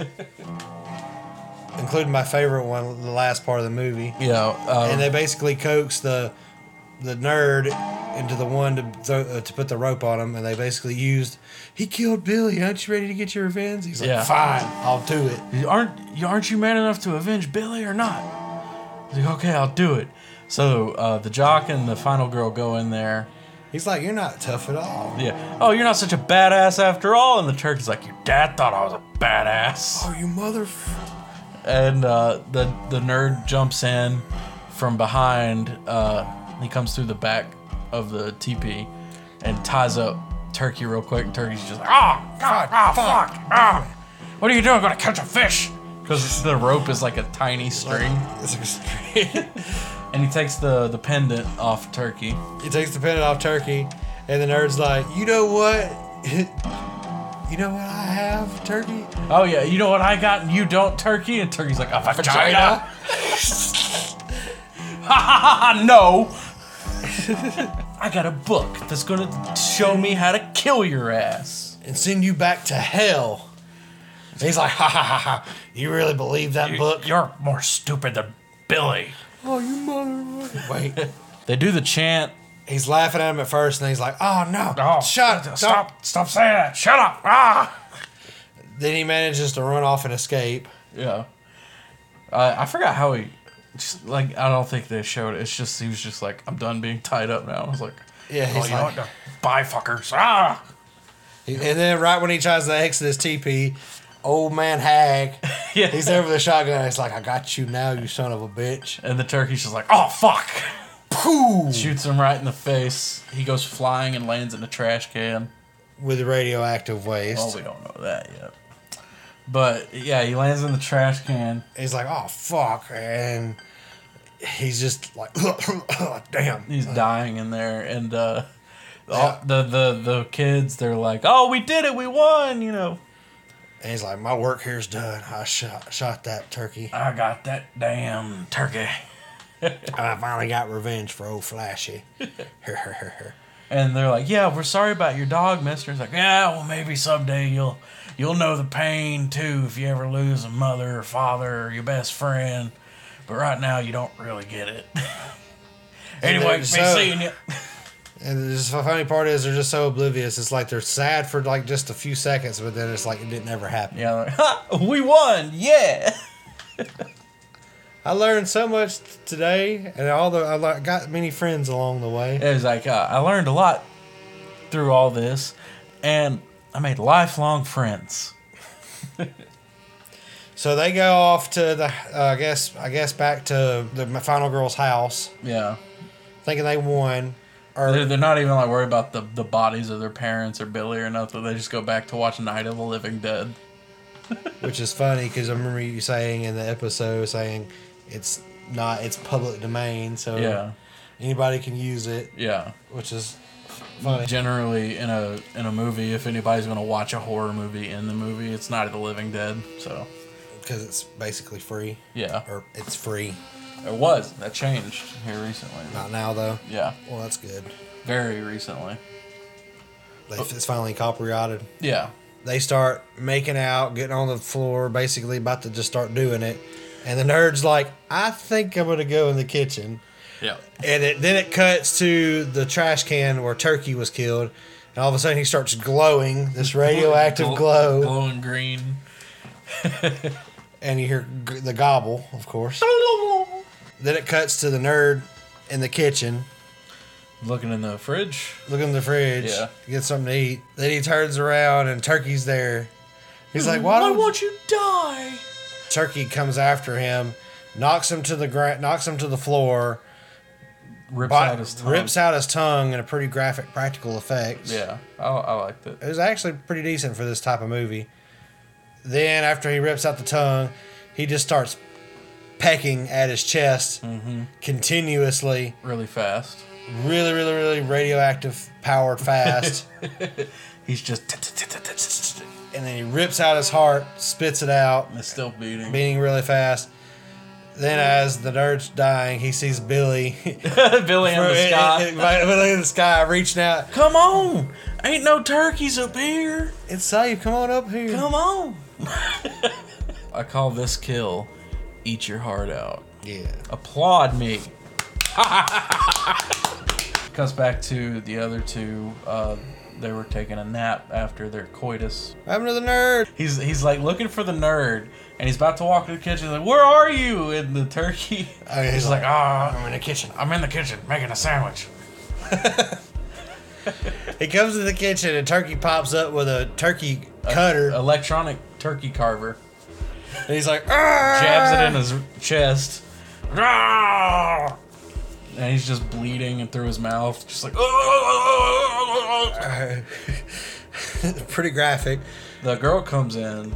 Speaker 1: including my favorite one, the last part of the movie.
Speaker 3: Yeah, uh,
Speaker 1: and they basically coax the the nerd into the one to throw, uh, to put the rope on him, and they basically used he killed Billy. Aren't you ready to get your revenge? He's like,
Speaker 3: Yeah.
Speaker 1: fine, I'll do it.
Speaker 3: You aren't you aren't you man enough to avenge Billy or not? He's like, okay, I'll do it. So uh, the jock and the final girl go in there.
Speaker 1: He's like, you're not tough at all.
Speaker 3: Yeah. Oh, you're not such a badass after all. And the turkey's like, your dad thought I was a badass.
Speaker 1: Oh, you mother.
Speaker 3: And uh, the the nerd jumps in from behind. Uh, he comes through the back of the teepee and ties up Turkey real quick. And Turkey's just like, ah,
Speaker 1: God, fuck.
Speaker 3: oh." what are you doing? Gonna catch a fish? Because the rope is like a tiny string. And he takes the, the pendant off Turkey.
Speaker 1: he takes the pennant off Turkey, and the nerd's like, you know what? you know what I have, Turkey?
Speaker 3: Oh yeah, you know what I got and you don't, Turkey? And Turkey's like, a vagina. Ha ha no! I got a book that's gonna show me how to kill your ass.
Speaker 1: and send you back to hell. And he's like, ha ha ha ha. You really believe that book?
Speaker 3: You're more stupid than Billy.
Speaker 1: Oh, you mother. Wait.
Speaker 3: They do the chant.
Speaker 1: He's laughing at him at first, and he's like, "Oh no, shut up!"
Speaker 3: Stop saying that! Shut up! Ah!
Speaker 1: Then he manages to run off and escape.
Speaker 3: Yeah. Uh, I forgot how he. Just, like I don't think they showed it. It's just he was just like, I'm done being tied up now. I was like,
Speaker 1: Yeah, he's
Speaker 3: you know
Speaker 1: like,
Speaker 3: what? Bye, fuckers. Ah!
Speaker 1: and then right when he tries to exit his teepee, old man Hag,
Speaker 3: Yeah.
Speaker 1: he's there with a shotgun. And he's like, "I got you now, you son of a bitch."
Speaker 3: And the turkey's just like, oh fuck!
Speaker 1: Pooh
Speaker 3: Shoots him right in the face. He goes flying and lands in a trash can.
Speaker 1: with the radioactive waste.
Speaker 3: Well, we don't know that yet. But yeah, he lands in the trash can.
Speaker 1: He's like, "Oh fuck," and he's just like, "Damn."
Speaker 3: He's dying in there, and uh, all, the the the kids they're like, oh, we did it, we won, you know.
Speaker 1: And he's like, "My work here's done. I shot shot that turkey.
Speaker 3: I got that damn turkey.
Speaker 1: I finally got revenge for old Flashy."
Speaker 3: And they're like, yeah, we're sorry about your dog, Mister. He's like, yeah, well maybe someday you'll you'll know the pain too if you ever lose a mother or father or your best friend. But right now you don't really get it. anyway,
Speaker 1: then
Speaker 3: be
Speaker 1: so-
Speaker 3: seeing you.
Speaker 1: And the funny part is, they're just so oblivious. It's like they're sad for like just a few seconds, but then it's like it didn't ever happen.
Speaker 3: Yeah, like, ha, we won. Yeah.
Speaker 1: I learned so much t- today, and all the I lear- got many friends along the way.
Speaker 3: It was like uh, I learned a lot through all this, and I made lifelong friends.
Speaker 1: So they go off to the, uh, I guess, I guess back to the my final girl's house,
Speaker 3: Yeah.
Speaker 1: thinking they won. Or
Speaker 3: They're, they're not even like worried about the, the bodies of their parents or Billy or nothing. They just go back to watch Night of the Living Dead.
Speaker 1: which is funny because I remember you saying in the episode saying it's not it's public domain, so
Speaker 3: Yeah.
Speaker 1: anybody can use it,
Speaker 3: Yeah.
Speaker 1: which is funny.
Speaker 3: Generally, in a in a movie, if anybody's gonna watch a horror movie in the movie, it's Night of the Living Dead. So
Speaker 1: because it's basically free.
Speaker 3: Yeah.
Speaker 1: or it's free.
Speaker 3: it was that changed here recently.
Speaker 1: Not now though.
Speaker 3: Yeah,
Speaker 1: Well, that's good.
Speaker 3: very recently. Oh.
Speaker 1: They, it's finally copyrighted.
Speaker 3: Yeah.
Speaker 1: They start making out, getting on the floor, basically about to just start doing it. And the nerd's like, I think I'm gonna go in the kitchen.
Speaker 3: Yeah.
Speaker 1: And it, then it cuts to the trash can where Turkey was killed. And all of a sudden, he starts glowing, this radioactive
Speaker 3: Gl-
Speaker 1: glow.
Speaker 3: glowing green.
Speaker 1: and you hear g- the gobble, of course. then it cuts to the nerd in the kitchen
Speaker 3: Looking in the fridge.
Speaker 1: looking in the fridge,
Speaker 3: Yeah.
Speaker 1: get something to eat. Then he turns around and Turkey's there, He's like, why
Speaker 4: I
Speaker 1: don't
Speaker 4: want you to die.
Speaker 1: Turkey comes after him, knocks him to the ground, knocks him to the floor,
Speaker 3: Rips
Speaker 1: bite-
Speaker 3: out his tongue.
Speaker 1: rips out his tongue in a pretty graphic practical effects.
Speaker 3: Yeah, I, I liked it.
Speaker 1: It was actually pretty decent for this type of movie. Then after he rips out the tongue, he just starts pecking at his chest
Speaker 3: Mm-hmm.
Speaker 1: continuously,
Speaker 3: Really fast.
Speaker 1: really, really, really radioactive, powered fast.
Speaker 3: He's just
Speaker 1: and then he rips out his heart, spits it out,
Speaker 3: and still beating.
Speaker 1: beating really fast. Then as the nerd's dying, he sees Billy
Speaker 3: Billy in the sky.
Speaker 1: Billy in the sky reaching out.
Speaker 3: Come on, ain't no turkeys up here.
Speaker 1: It's safe. Come on up here.
Speaker 3: Come on. I call this kill Eat Your Heart Out.
Speaker 1: Yeah.
Speaker 3: Applaud me. Cuts back to the other two. Uh, they were taking a nap after their coitus.
Speaker 1: I'm another nerd.
Speaker 3: He's he's like looking for the nerd, and he's about to walk to the kitchen. Like, where are you? And the turkey.
Speaker 1: Oh, yeah, he's
Speaker 3: He's like, ah,
Speaker 1: I'm in the kitchen.
Speaker 3: I'm in the kitchen making a sandwich.
Speaker 1: He comes to the kitchen and Turkey pops up with a turkey cutter.
Speaker 3: Electronic turkey carver
Speaker 1: and he's like, "Ah!"
Speaker 3: jabs it in his chest. Ah! And he's just bleeding and through his mouth, just like.
Speaker 1: Pretty graphic.
Speaker 3: The girl comes in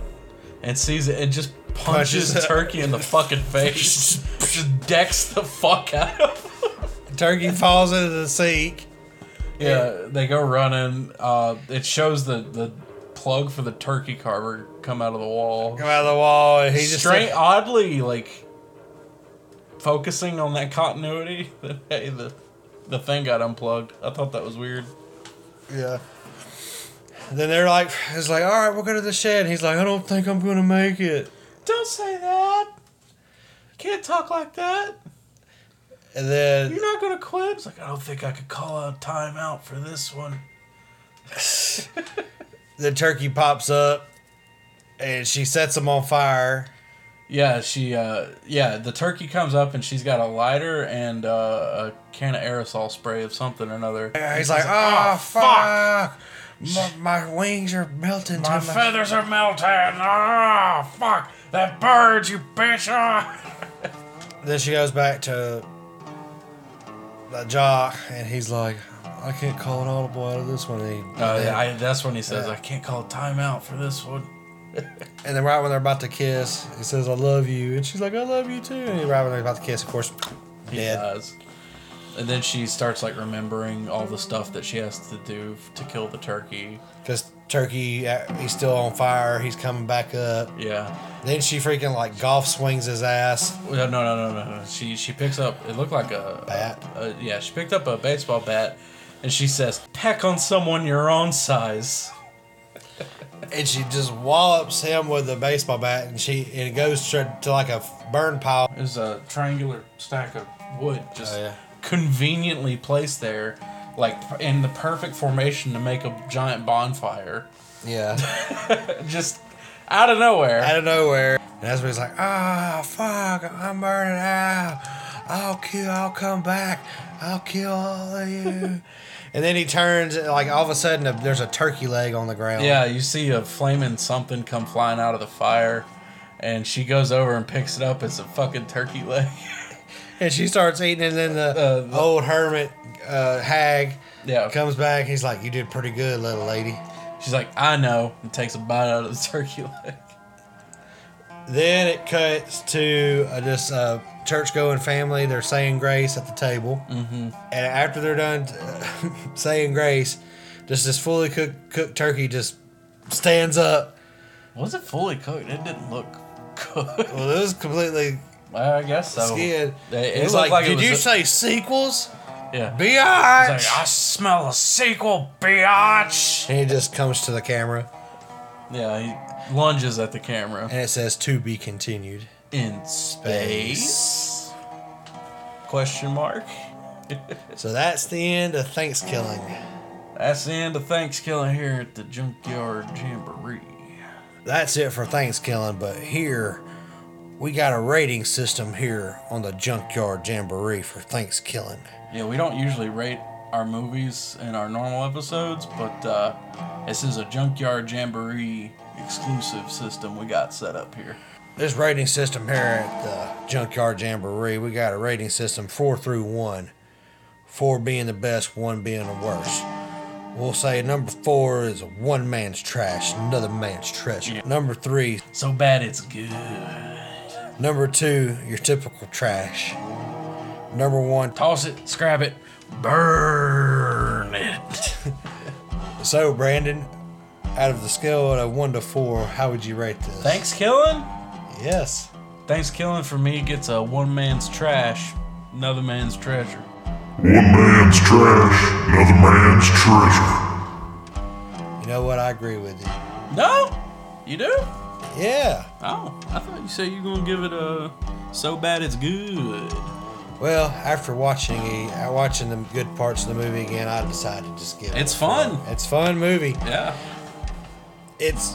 Speaker 3: and sees it and just punches,
Speaker 1: Punches.
Speaker 3: Turkey in the fucking face. just decks the fuck out of him.
Speaker 1: Turkey falls into the sink.
Speaker 3: Yeah, they go running. Uh, it shows the, the plug for the turkey carver come out of the wall.
Speaker 1: Come out of the wall. And he just
Speaker 3: Straight, oddly, like focusing on that continuity. That hey, the the thing got unplugged. I thought that was weird.
Speaker 1: yeah. Then they're like, it's like, all right, we'll go to the shed. He's like, I don't think I'm gonna make it.
Speaker 3: Don't say that. Can't talk like that.
Speaker 1: And then
Speaker 3: You're not gonna quit. It's like I don't think I could call a timeout for this one.
Speaker 1: the turkey pops up, and she sets him on fire.
Speaker 3: Yeah, she. Uh, yeah, the turkey comes up and she's got a lighter and uh, a can of aerosol spray of something or another.
Speaker 1: And he's like, oh, fuck. My, my wings are melting. to my
Speaker 3: are melting. Ah, fuck that bird, you bitch! Ah.
Speaker 1: Then she goes back to the jock, and he's like, I can't call an audible out of this one. And, he-
Speaker 3: Uh, I, that's when he says, "I can't call a timeout for this one."
Speaker 1: and then right when they're about to kiss, he says, I love you. And she's like, I love you too. And right when they're about to kiss, of course,
Speaker 3: He
Speaker 1: dead.
Speaker 3: does. And then she starts like remembering all the stuff that she has to do to kill the turkey.
Speaker 1: Because Turkey, uh, he's still on fire. He's coming back up.
Speaker 3: Yeah.
Speaker 1: Then she freaking like golf swings his ass.
Speaker 3: No, no, no, no, no. She she picks up. It looked like a
Speaker 1: Bat.
Speaker 3: A, a- yeah, she picked up a baseball bat, and she says, "Peck on someone your own size."
Speaker 1: and she just wallops him with a baseball bat, and she and it goes straight to like a burn pile.
Speaker 3: There's a triangular stack of wood just
Speaker 1: Oh, yeah.
Speaker 3: conveniently placed there, like in the perfect formation to make a giant bonfire.
Speaker 1: Yeah,
Speaker 3: Just out of nowhere.
Speaker 1: out of nowhere. And that's when he's like, "Ah, fuck, I'm burning out. I'll kill. I'll come back. I'll kill all of you." and then he turns, and like all of a sudden, there's a turkey leg on the ground.
Speaker 3: Yeah, you see a flaming something come flying out of the fire, and she goes over and picks it up. It's a fucking turkey leg.
Speaker 1: and she starts eating, and then the,
Speaker 3: Uh, the-
Speaker 1: old hermit uh, hag
Speaker 3: yeah,
Speaker 1: comes back. He's like, "You did pretty good, little lady."
Speaker 3: she's like, I know, and takes a bite out of the turkey leg.
Speaker 1: Then it cuts to uh, this uh, church going family. They're saying grace at the table. Mm-hmm. And after they're done uh, saying grace, just this fully cooked, cooked turkey just stands up.
Speaker 3: Was it fully cooked? It didn't look cooked.
Speaker 1: Well, it was completely
Speaker 3: Well, I guess so.
Speaker 1: skinned.
Speaker 3: Oh, It- it
Speaker 1: He's like,
Speaker 3: looked like it
Speaker 1: Did
Speaker 3: was
Speaker 1: you
Speaker 3: a-
Speaker 1: say sequels?
Speaker 3: Yeah.
Speaker 1: Biatch! eyes.
Speaker 3: It's like, I smell a sequel, biatch.
Speaker 1: and he just comes to the camera
Speaker 3: Yeah, he lunges at the camera.
Speaker 1: and it says to be continued.
Speaker 3: In space? Question mark.
Speaker 1: So that's the end of Thanksgiving.
Speaker 3: That's the end of Thanksgiving here at the Junkyard Jamboree.
Speaker 1: That's it for Thanksgiving, but here we got a rating system here on the Junkyard Jamboree for Thanksgiving.
Speaker 3: Yeah, we don't usually rate our movies in our normal episodes, but uh, this is a Junkyard Jamboree exclusive system we got set up here.
Speaker 1: This rating system here at the Junkyard Jamboree, we got a rating system four through one. Four being the best, one being the worst. We'll say number four is one man's trash, another man's treasure. Number three,
Speaker 3: So bad it's good.
Speaker 1: number two, your typical trash. Number one,
Speaker 3: Toss it, scrap it, burn it.
Speaker 1: so Brandon, out of the scale of one to four, how would you rate this?
Speaker 3: Thanks, killing.
Speaker 1: Yes.
Speaker 3: Thanks, killing for me gets a one man's trash, another man's treasure.
Speaker 2: One man's trash, another man's treasure.
Speaker 1: You know what? I agree with you.
Speaker 3: No, you do?
Speaker 1: Yeah.
Speaker 3: Oh, I thought you said you were gonna give it a so bad it's good.
Speaker 1: Well, after watching it, uh, watching the good parts of the movie again, I decided to just give it.
Speaker 3: It's
Speaker 1: a
Speaker 3: fun.
Speaker 1: four. It's a fun movie.
Speaker 3: Yeah.
Speaker 1: It's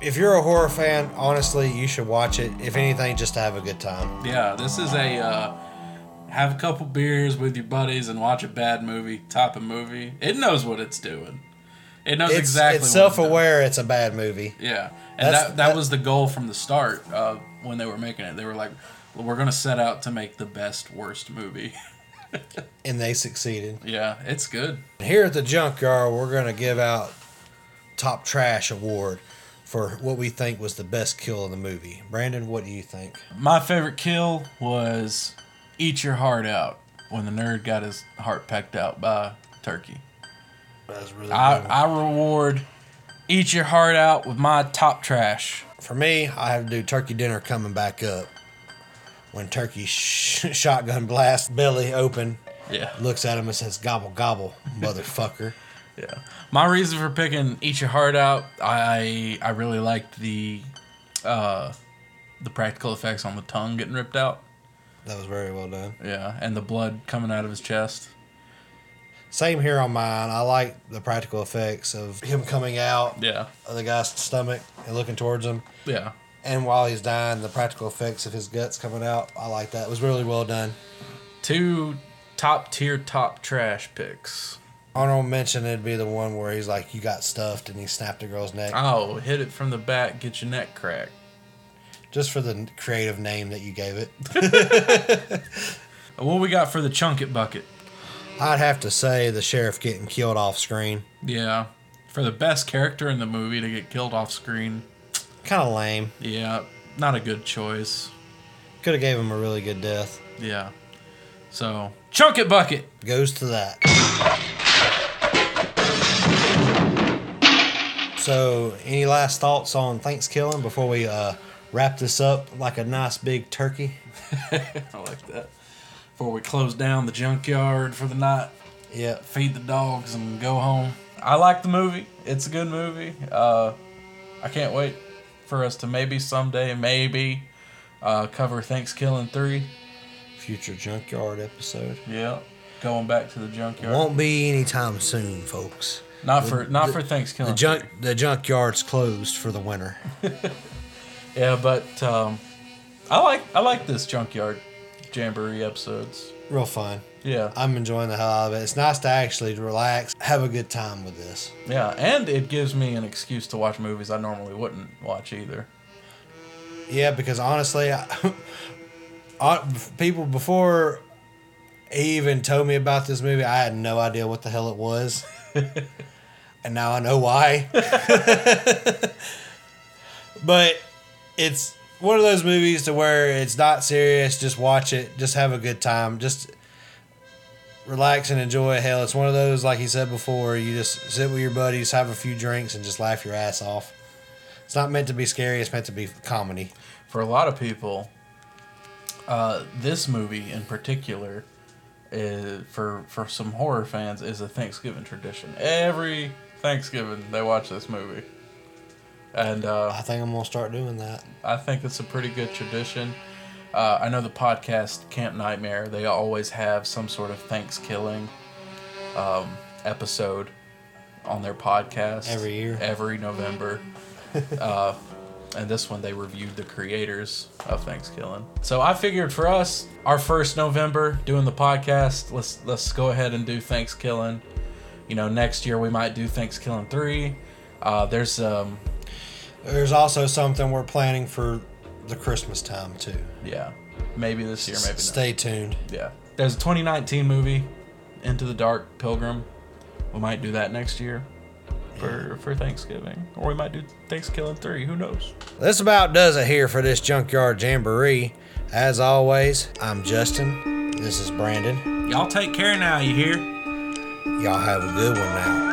Speaker 1: if you're a horror fan, honestly, you should watch it. If anything, just to have a good time.
Speaker 3: Yeah, this is a uh, have a couple beers with your buddies and watch a bad movie type of movie. It knows what it's doing. It knows
Speaker 1: It's
Speaker 3: exactly.
Speaker 1: it's
Speaker 3: what doing.
Speaker 1: self-aware. It's a bad movie.
Speaker 3: Yeah, and
Speaker 1: That's-
Speaker 3: that, that
Speaker 1: that-
Speaker 3: was the goal from the start uh, when they were making it. They were like, well, "We're gonna set out to make the best worst movie."
Speaker 1: and they succeeded.
Speaker 3: yeah, it's good.
Speaker 1: Here at the Junkyard, we're going to give out top trash award for what we think was the best kill in the movie. Brandon, what do you think?
Speaker 3: My favorite kill was "Eat Your Heart Out" when the nerd got his heart pecked out by turkey.
Speaker 1: That was really
Speaker 3: I, I reward "Eat Your Heart Out" with my top trash.
Speaker 1: For me, I have to do turkey dinner coming back up. When turkey sh- shotgun blasts belly open,
Speaker 3: Yeah.
Speaker 1: looks at him and says, "Gobble gobble, motherfucker."
Speaker 3: Yeah. My reason for picking "Eat Your Heart Out," I I really liked the uh, the practical effects on the tongue getting ripped out.
Speaker 1: That was very well done.
Speaker 3: Yeah, and the blood coming out of his chest.
Speaker 1: Same here on mine. I like the practical effects of him coming out
Speaker 3: Yeah.
Speaker 1: of the guy's stomach and looking towards him.
Speaker 3: Yeah.
Speaker 1: And while he's dying, the practical effects of his guts coming out, I like that. It was really well done.
Speaker 3: Two top tier top trash picks.
Speaker 1: Honorable mention, it'd be the one where he's like, You got stuffed, and he snapped a girl's neck.
Speaker 3: Oh, hit it from the back, get your neck cracked.
Speaker 1: Just for the creative name that you gave it.
Speaker 3: What we got for the chunk it bucket?
Speaker 1: I'd have to say the sheriff getting killed off screen.
Speaker 3: Yeah. For the best character in the movie to get killed off screen.
Speaker 1: Kind of lame.
Speaker 3: Yeah. Not a good choice.
Speaker 1: Could have gave him a really good death.
Speaker 3: Yeah. So, chunk it bucket.
Speaker 1: Goes to that. So, any last thoughts on Thanksgiving before we uh, wrap this up like a nice big turkey?
Speaker 3: I like that. Before we close down the junkyard for the night.
Speaker 1: Yeah.
Speaker 3: feed the dogs and go home. I like the movie. It's a good movie. Uh, I can't wait for us to maybe someday, maybe uh, cover Thanksgiving three.
Speaker 1: Future junkyard episode.
Speaker 3: Yeah, going back to the junkyard.
Speaker 1: Won't be anytime soon, folks.
Speaker 3: not for not for
Speaker 1: The
Speaker 3: Thanksgiving.
Speaker 1: junk the junkyard's closed for the winter.
Speaker 3: yeah, but um, I like I like this junkyard jamboree episodes.
Speaker 1: Real fun.
Speaker 3: Yeah,
Speaker 1: I'm enjoying the hell out of it. It's nice to actually relax, have a good time with this.
Speaker 3: yeah, and it gives me an excuse to watch movies I normally wouldn't watch either.
Speaker 1: Yeah, because honestly, I, I, people before he even told me about this movie, I had no idea what the hell it was, and now I know why. but it's one of those movies to where it's not serious. Just watch it. Just have a good time. Just relax and enjoy. Hell, it's one of those like he said before. You just sit with your buddies, have a few drinks, and just laugh your ass off. It's not meant to be scary. It's meant to be comedy.
Speaker 3: for a lot of people, uh, this movie in particular, is, for for some horror fans, is a Thanksgiving tradition. Every Thanksgiving they watch this movie, and uh,
Speaker 1: I think I'm gonna start doing that.
Speaker 3: I think it's a pretty good tradition. Uh, I know the podcast Camp Nightmare; they always have some sort of Thanksgiving um, episode on their podcast
Speaker 1: Every year.
Speaker 3: every November. uh, and this one, they reviewed the creators of Thanksgiving. So I figured for us, our first November doing the podcast, let's let's go ahead and do Thanksgiving. You know, next year we might do Thanksgiving three. Uh, there's um,
Speaker 1: There's also something we're planning for the Christmas time too.
Speaker 3: Yeah. Maybe this year, maybe not.
Speaker 1: Stay tuned.
Speaker 3: Yeah. There's a 2019 movie, Into the Dark Pilgrim. We might do that next year for for Thanksgiving, or we might do Thanksgiving three. Who knows?
Speaker 1: This about does it here for this junkyard jamboree. As always, I'm Justin. This is Brandon.
Speaker 3: Y'all take care now. You hear?
Speaker 1: Y'all have a good one now.